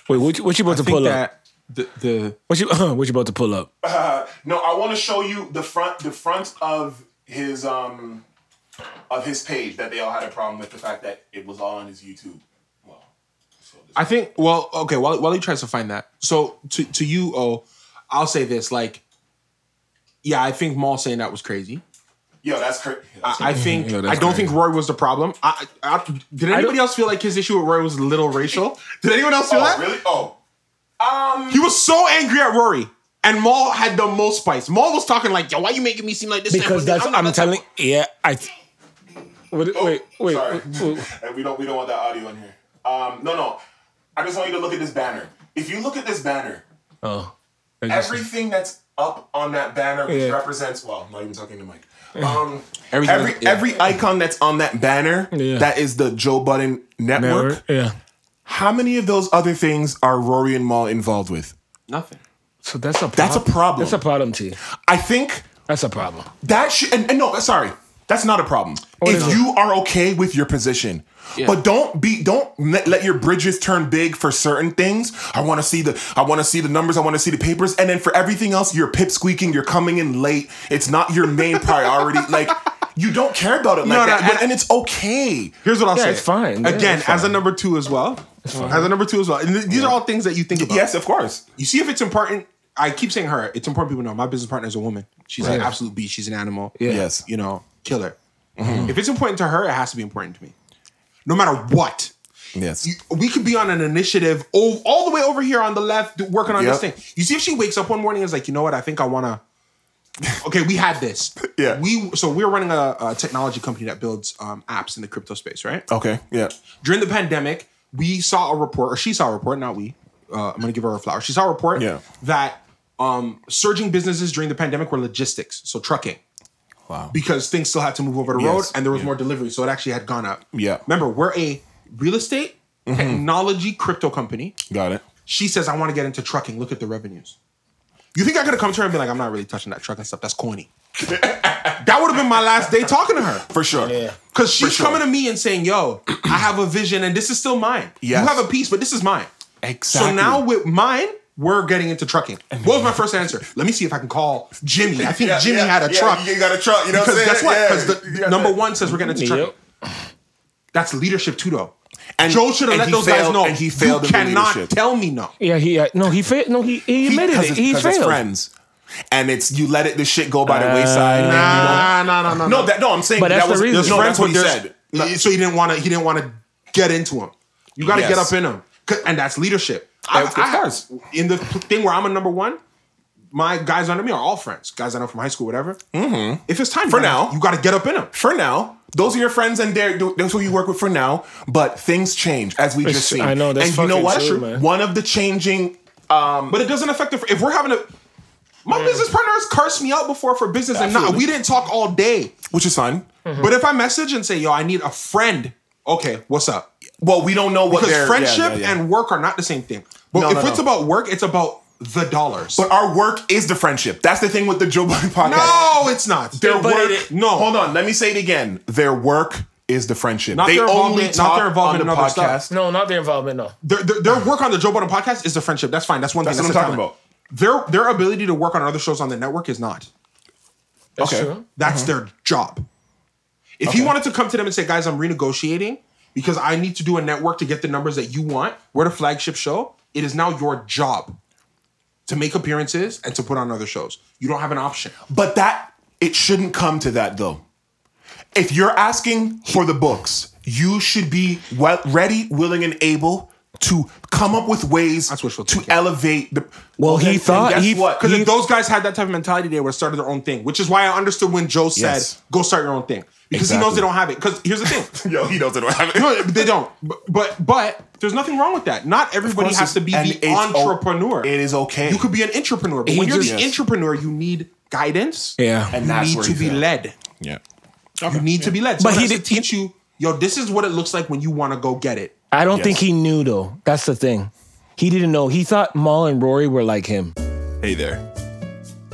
Speaker 1: Wait, what you, what you about
Speaker 2: I
Speaker 1: to
Speaker 2: think
Speaker 1: pull up?
Speaker 2: that the, the
Speaker 1: What you what you about to pull up?
Speaker 3: No, I want to show you the front the front of his um of his page that they all had a problem with the fact that it was all on his YouTube. Well, so this-
Speaker 2: I think. Well, okay. While while he tries to find that, so to to you, oh, I'll say this. Like, yeah, I think Maul saying that was crazy.
Speaker 3: yo, that's crazy.
Speaker 2: I, I think
Speaker 1: Yeah,
Speaker 2: I
Speaker 1: that's
Speaker 2: don't
Speaker 1: crazy.
Speaker 2: think Roy was the problem. I, I, I- did anybody else feel like his issue with Roy was a little racial? Did anyone else feel
Speaker 3: oh,
Speaker 2: that?
Speaker 3: really? Oh, um,
Speaker 2: He was so angry at Rory. And Maul had the most spice. Maul was talking like, "Yo, why you making me seem like this?" type
Speaker 1: because
Speaker 2: of-
Speaker 1: that's I'm
Speaker 2: that type
Speaker 1: telling. Yeah, I. What,
Speaker 3: oh,
Speaker 1: wait, wait,
Speaker 3: sorry.
Speaker 1: wait, wait.
Speaker 3: And we don't we don't want that audio in here. Um, no, no. I just want you to look at this banner. If you look at this banner,
Speaker 1: Oh,
Speaker 3: everything that's up on that banner which
Speaker 1: Yeah.
Speaker 3: represents well i'm not even talking to mike um
Speaker 2: Everything-
Speaker 3: every
Speaker 2: yeah.
Speaker 3: every icon that's on that banner
Speaker 1: Yeah.
Speaker 3: that is the joe budden network
Speaker 1: yeah.
Speaker 3: how many of those other things are rory and maul involved with
Speaker 2: nothing.
Speaker 1: So that's a problem.
Speaker 3: That's a problem.
Speaker 1: That's a problem, T.
Speaker 3: i think
Speaker 1: That's a problem.
Speaker 3: that should and, and no sorry that's not a problem
Speaker 1: is
Speaker 3: if
Speaker 1: it?
Speaker 3: you are okay with your position but don't be don't let, let your bridges turn big for certain things i want to see the i want to see the numbers i want to see the papers and then for everything else you're pipsqueaking you're coming in late it's not your main priority like you don't care about it like
Speaker 2: No, no,
Speaker 3: that
Speaker 2: and-
Speaker 3: and, and it's okay
Speaker 2: Here's what I'll say.
Speaker 1: it's fine. Yeah,
Speaker 2: Again,
Speaker 1: it's
Speaker 2: as a number two as well. As a number two as well. And th- these are all things that you think about.
Speaker 3: yes of course
Speaker 2: You see if it's important. I keep saying her. It's important people know. My business partner is a woman. She's an
Speaker 1: Right.
Speaker 2: absolute beast. She's an animal.
Speaker 3: yes
Speaker 2: You know, killer. If it's important to her, it has to be important to me. No matter what.
Speaker 3: yes
Speaker 2: You- we could be on an initiative all, all the way over here on the left working on
Speaker 3: Yep.
Speaker 2: this thing. You see if she wakes up one morning and is like, you know what, I think I wanna Okay, we had this.
Speaker 3: Yeah.
Speaker 2: We so we're running a, a technology company that builds um, apps in the crypto space, right?
Speaker 3: okay yeah
Speaker 2: during the pandemic, we saw a report, or she saw a report, not we. Uh, I'm gonna give her a flower. She saw a report
Speaker 3: Yeah.
Speaker 2: that um, surging businesses during the pandemic were logistics, so trucking.
Speaker 3: Wow.
Speaker 2: Because things still had to move over the road
Speaker 3: Yes.
Speaker 2: and there was more delivery, so it actually had gone up.
Speaker 3: Yeah. Mm-hmm.
Speaker 2: Remember, we're a real estate technology crypto company.
Speaker 3: got it
Speaker 2: She says, I want to get into trucking. Look at the revenues. You think I could have come to her and be like, I'm not really touching that trucking stuff. That's corny. that would have been my last day talking to her.
Speaker 3: for sure yeah
Speaker 2: Because she's
Speaker 3: sure.
Speaker 2: coming to me and saying, "Yo, I have a vision, and this is still mine.
Speaker 3: Yes.
Speaker 2: You have a piece, but this is mine."
Speaker 3: exactly
Speaker 2: So now with mine, we're getting into trucking. What was my first answer? Let me see if I can call Jimmy. I think
Speaker 3: Yeah,
Speaker 2: Jimmy
Speaker 3: yeah,
Speaker 2: had a
Speaker 3: yeah,
Speaker 2: truck.
Speaker 3: you got a truck you know
Speaker 2: Because
Speaker 3: what I'm
Speaker 2: guess
Speaker 3: saying?
Speaker 2: what?
Speaker 3: Yeah,
Speaker 2: Because
Speaker 3: you
Speaker 2: the
Speaker 3: got
Speaker 2: number
Speaker 3: that.
Speaker 2: one says we're getting into trucking.
Speaker 1: Yep.
Speaker 2: That's leadership too, though.
Speaker 3: And-
Speaker 2: Joel should have
Speaker 3: and
Speaker 2: let
Speaker 3: he
Speaker 2: those guys
Speaker 3: failed-
Speaker 2: know.
Speaker 3: and he failed
Speaker 2: you
Speaker 3: in the
Speaker 2: cannot
Speaker 3: leadership.
Speaker 2: tell me no.
Speaker 1: Yeah, he uh, no, he failed. No, he he admitted
Speaker 3: because
Speaker 1: it.
Speaker 3: It's,
Speaker 1: He
Speaker 3: because it's
Speaker 1: failed.
Speaker 3: friends, and it's you let it the shit go
Speaker 2: Uh,
Speaker 3: by the wayside. and you
Speaker 2: Nah, nah, nah, nah.
Speaker 3: don't- no, that no, I'm saying
Speaker 1: But that's the
Speaker 3: that was
Speaker 1: reason.
Speaker 3: No, that's what he
Speaker 2: there's-
Speaker 3: said.
Speaker 2: So he didn't want to. He didn't want to get into him. You got to get
Speaker 3: Yes.
Speaker 2: up in him, 'Cause- and that's leadership. I,
Speaker 3: Of
Speaker 2: I,
Speaker 3: course.
Speaker 2: in the thing where I'm a number one, my guys under me are all friends. Guys I know from high school, whatever. Mm-hmm. If it's time
Speaker 3: For
Speaker 2: you gotta-
Speaker 3: now.
Speaker 2: you got to get up in him.
Speaker 3: For now, Those are your friends, and they're that's who you work with for now. But things change, as we just seen.
Speaker 4: I know, that's
Speaker 3: and you
Speaker 4: fucking
Speaker 3: know what?
Speaker 4: true, man.
Speaker 3: One of the changing, um,
Speaker 2: But it doesn't affect the. If we're having a, my business partner has cursed me out before for business, and not we didn't talk all day.
Speaker 3: which is fine.
Speaker 2: But if I message and say, "Yo, I need a friend," okay, what's up?
Speaker 3: Well, we don't know what
Speaker 2: Because
Speaker 3: their
Speaker 2: friendship and work are not the same thing. But
Speaker 3: No,
Speaker 2: if
Speaker 3: no, no.
Speaker 2: it's about work, it's about the dollars.
Speaker 3: But our work is the friendship. That's the thing with the Joe Budden podcast.
Speaker 2: no, it's not.
Speaker 3: Their
Speaker 1: But
Speaker 3: work.
Speaker 1: it-
Speaker 3: no, hold on. Let me say it again. Their work is the friendship.
Speaker 2: Not
Speaker 3: they
Speaker 2: their
Speaker 3: only
Speaker 2: involvement- not
Speaker 3: talk
Speaker 2: their involvement
Speaker 3: on the
Speaker 2: in other stuff.
Speaker 3: podcast.
Speaker 1: No, not their involvement. No.
Speaker 2: their, their, their work on the Joe Budden podcast is the friendship. That's fine. That's one
Speaker 3: That's
Speaker 2: thing.
Speaker 3: what I'm talking
Speaker 2: about. Their their ability to work on other shows on the network is not.
Speaker 1: That's
Speaker 3: Okay.
Speaker 1: true.
Speaker 2: That's
Speaker 3: Uh-huh.
Speaker 2: their job. If he wanted to come to them and say, "Guys, I'm renegotiating because I need to do a network to get the numbers that you want. We're the flagship show. It is now your job to make appearances and to put on other shows. You don't have an option."
Speaker 3: But that it shouldn't come to that though. If you're asking for the books, you should be well, ready, willing, and able to come up with ways
Speaker 2: That's wishful
Speaker 3: to
Speaker 2: thinking.
Speaker 3: elevate the.
Speaker 4: Well, he
Speaker 3: then- and
Speaker 4: thought-
Speaker 3: guess
Speaker 4: he-
Speaker 3: what?
Speaker 2: Because
Speaker 4: He-
Speaker 2: if those guys had that type of mentality, they would have started their own thing, which is why I understood when Joe said,
Speaker 3: Yes.
Speaker 2: "Go start your own thing," because he knows
Speaker 3: Exactly.
Speaker 2: they don't have it. Because here's the thing.
Speaker 3: Yo, he doesn't have it.
Speaker 2: No, they don't. But, but but there's nothing wrong with that. Not everybody has to be
Speaker 3: And
Speaker 2: the
Speaker 3: it's o-
Speaker 2: entrepreneur.
Speaker 3: it is okay.
Speaker 2: You could be an entrepreneur, but when
Speaker 4: He
Speaker 2: you're
Speaker 4: just-
Speaker 2: the entrepreneur, you need guidance.
Speaker 4: Yeah.
Speaker 2: and
Speaker 3: And
Speaker 2: you
Speaker 3: that's
Speaker 2: need
Speaker 3: where
Speaker 2: to
Speaker 3: he
Speaker 2: be
Speaker 3: failed.
Speaker 2: led.
Speaker 3: Yeah.
Speaker 2: You need to be led.
Speaker 4: But
Speaker 2: but
Speaker 4: he
Speaker 2: he to
Speaker 4: did-
Speaker 2: teach you, yo, this is what it looks like when you want to go get it.
Speaker 4: I don't think he knew though. That's the thing. He didn't know. He thought Maul and Rory were like him.
Speaker 5: Hey there.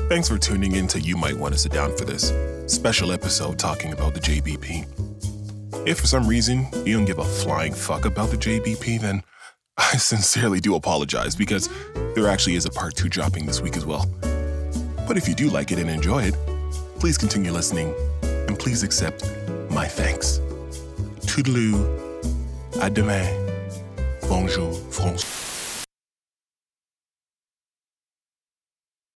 Speaker 5: Thanks for tuning in to You Might Want to Sit Down for this special episode talking about the JBP. If for some reason you don't give a flying fuck about the JBP, then I sincerely do apologize because there actually is a part two dropping this week as well. But if you do like it and enjoy it, please continue listening and please accept my thanks. Toodaloo, à demain, bonjour, France.